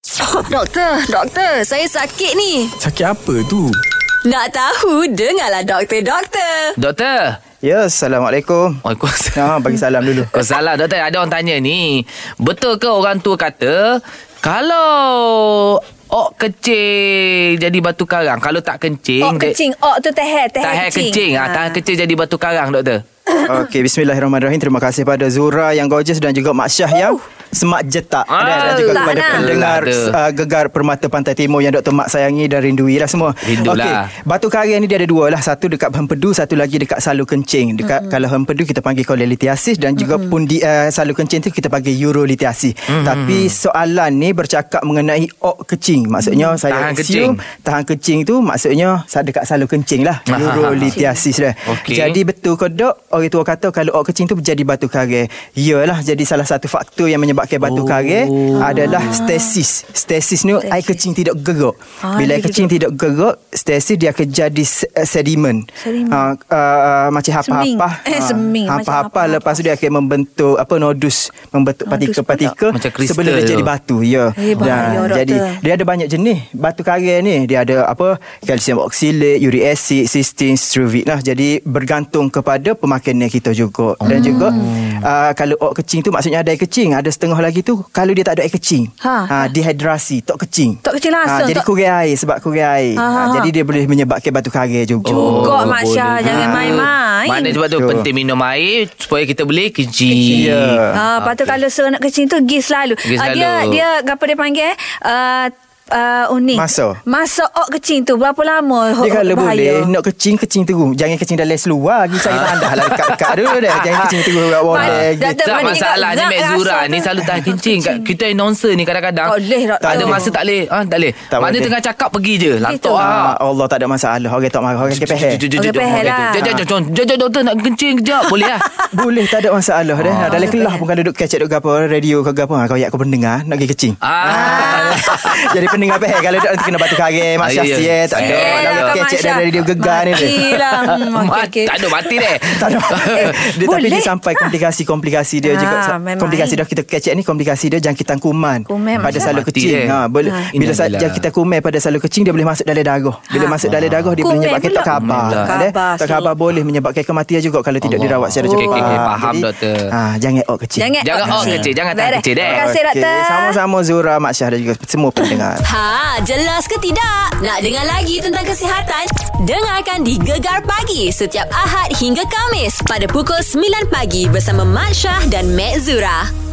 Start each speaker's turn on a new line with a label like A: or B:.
A: Doktor, doktor, saya sakit ni.
B: Sakit apa tu?
A: Nak tahu, dengarlah doktor, doktor.
C: Doktor.
D: Ya, Assalamualaikum.
C: Oh, kau salah.
D: Ha, bagi salam dulu.
C: Kau salah, doktor. Ada orang tanya ni. Betul ke orang tua kata, kalau ok kecil jadi batu karang, kalau tak kencing...
E: Ok
C: dia-
E: kencing. Ok tu teher. Teher
C: Tahir
E: kencing. Ha.
C: kencing. Ah, tahir kencing jadi batu karang, doktor.
D: Okey, bismillahirrahmanirrahim. Terima kasih pada Zura yang gorgeous dan juga Mak Syah yang semak jetak.
C: Ah,
D: dan, dan juga
E: Uh. tak
D: kepada
E: nak.
D: pendengar
C: Ada.
D: uh, gegar Permata Pantai Timur yang Dr. Mak sayangi dan rindui lah semua.
C: Rindulah.
D: Okey, batu karang ni dia ada dua lah. Satu dekat hempedu, satu lagi dekat salu kencing. Dekat kalau hempedu kita panggil kolelitiasis dan juga pundi uh, salu kencing tu kita panggil urolitiasis. Tapi soalan ni bercakap mengenai ok kecing. Maksudnya saya
C: Tahan
D: assume tahan kencing tu maksudnya sa- dekat salu kencing lah.
C: Ah, ah, ah.
D: Urolitiasis lah.
C: Okey.
D: Jadi tapi betul ke dok Orang tua kata Kalau ok kecing tu Jadi batu karang Yalah Jadi salah satu faktor Yang menyebabkan batu karang
C: Oh.
D: Adalah
C: Ah.
D: stasis Stasis ni Air kecing tidak gerak
E: Ah,
D: Bila air
E: dia
D: kecing tidak gerak Stasis dia akan jadi se- eh, Sedimen
E: Sedimen.
D: Ah, ah, ah, Macam
E: Seming.
D: hapah-hapah
E: Eh,
D: Ah,
E: seming. Macam
D: Hapah-hapah
E: hapah-hapah.
D: Lepas tu dia akan membentuk Apa nodus Membentuk
E: Nodus
D: partika-partika
C: pula. Macam kristal
D: Sebelum dia
C: tu.
D: jadi batu Ya
E: Eh, bahaya,
D: Dan
E: doktor.
D: Jadi dia ada banyak jenis batu karang ni. Dia ada apa? Calcium oxalate, uric acid, cysteine, struvit lah. Jadi bergantung kepada pemakanan kita juga. Dan
E: Hmm.
D: juga uh, kalau ok kecing tu maksudnya ada air kecing. Ada setengah lagi tu kalau dia tak ada air kecing.
E: Ha.
D: ha dehidrasi, tok kecing. Ah,
E: Tok kecil langsung,
D: jadi
E: tok-
D: kurang air sebab kurang air.
E: Ha,
D: Ha,
E: ha, ha.
D: jadi dia boleh menyebabkan batu karang juga.
E: Cukup, Mak
C: boleh
E: Syah.
C: juga.
E: Jangan main-main.
C: Mana sebab tu
D: Betul.
C: penting minum air supaya kita boleh kencing.
D: Ya.
E: Ah, lepas tu kalau suruh nak kencing tu Gis selalu
C: Gi
E: Ah,
C: selalu.
E: Dia dia apa dia panggil eh uh, uh, Unik
D: Masa.
E: Masa ok kencing tu Berapa lama
D: Dia kalau boleh Nak kecing Kecing terus Jangan kecing dalam seluar Lagi saya tak andahlah Dekat-dekat dulu dah Jangan kecing terus Buat boleh
E: Dah
D: gitu.
E: ter-
C: Tak
E: Mana
C: masalahnya
E: juga
C: Mek
E: zat
C: Zura
E: rasa
C: ni
E: tu.
C: selalu tak kencing. Kat, kita announcer ni kadang-kadang.
E: Tak boleh, doktor.
C: Tak ada masa tak boleh. Ah, tak boleh.
D: Tak
C: Mana
D: boleh.
C: tengah cakap pergi je. Lantok
E: lah.
D: Ah,
C: ah.
D: Allah tak ada masalah. Orang tak marah. Orang kepeh.
E: Orang pehel lah.
C: Jom, doktor nak kencing kejap. Boleh lah.
D: Boleh tak ada masalah dah. Ah, dalam
E: Okey.
D: kelas pun kalau duduk kecek duduk gapo radio ke gapo ha, kau yak kau pendengar nak pergi kecing.
C: Ah.
D: Jadi pendengar peh kalau duduk nanti kena batu karang
C: Ah,
D: Mak Syah
C: ya, ya.
D: si eh, tak ada.
C: Eh,
D: Kalau
C: lah,
D: duduk kecek dah radio gegar ni. dia.
E: Matilah Hmm, okay,
C: Mat-
E: okay.
C: Tak ada mati deh.
D: Tak ada. dia, tapi
E: Eh, boleh.
D: dia sampai komplikasi-komplikasi dia
E: Ah,
D: juga.
E: memang.
D: Komplikasi dah kita kecek ni komplikasi dia jangkitan kuman,
E: Kuman, Ah.
D: pada
E: Masya
D: salu
C: Allah.
D: kecil.
C: Mati, eh.
D: Ha, boleh,
C: Ha.
D: Bila sa-
C: Innalillah.
D: jangkitan kuman pada salu kecil dia boleh masuk dalam darah. Bila masuk dalam darah dia boleh
E: Ah. Kuman
D: menyebabkan
E: pula.
D: tak khabar.
C: Innalillah.
D: Ada?
E: Khabar,
D: Tak khabar boleh menyebabkan kematian juga kalau tidak
C: Allah.
D: dirawat secara
C: Okey,
D: cepat.
C: okey, okey. Faham,
D: Jadi,
C: doktor.
D: Ha, jangan ok kecil.
E: Jangan
C: Jangan
E: ok
C: ok kecil, jangan eh. tak
E: Baik,
C: kecil, deh.
E: Terima kasih
D: Okey,
E: doktor
D: Sama-sama Zura, Mak Syah dan juga semua pendengar.
A: Ha, jelas ke tidak? Nak dengar lagi tentang kesihatan? Dengarkan di Gegar Pagi setiap Ahad hingga Kamis pada pukul 9 pagi bersama Mat Syah dan Mat Zura.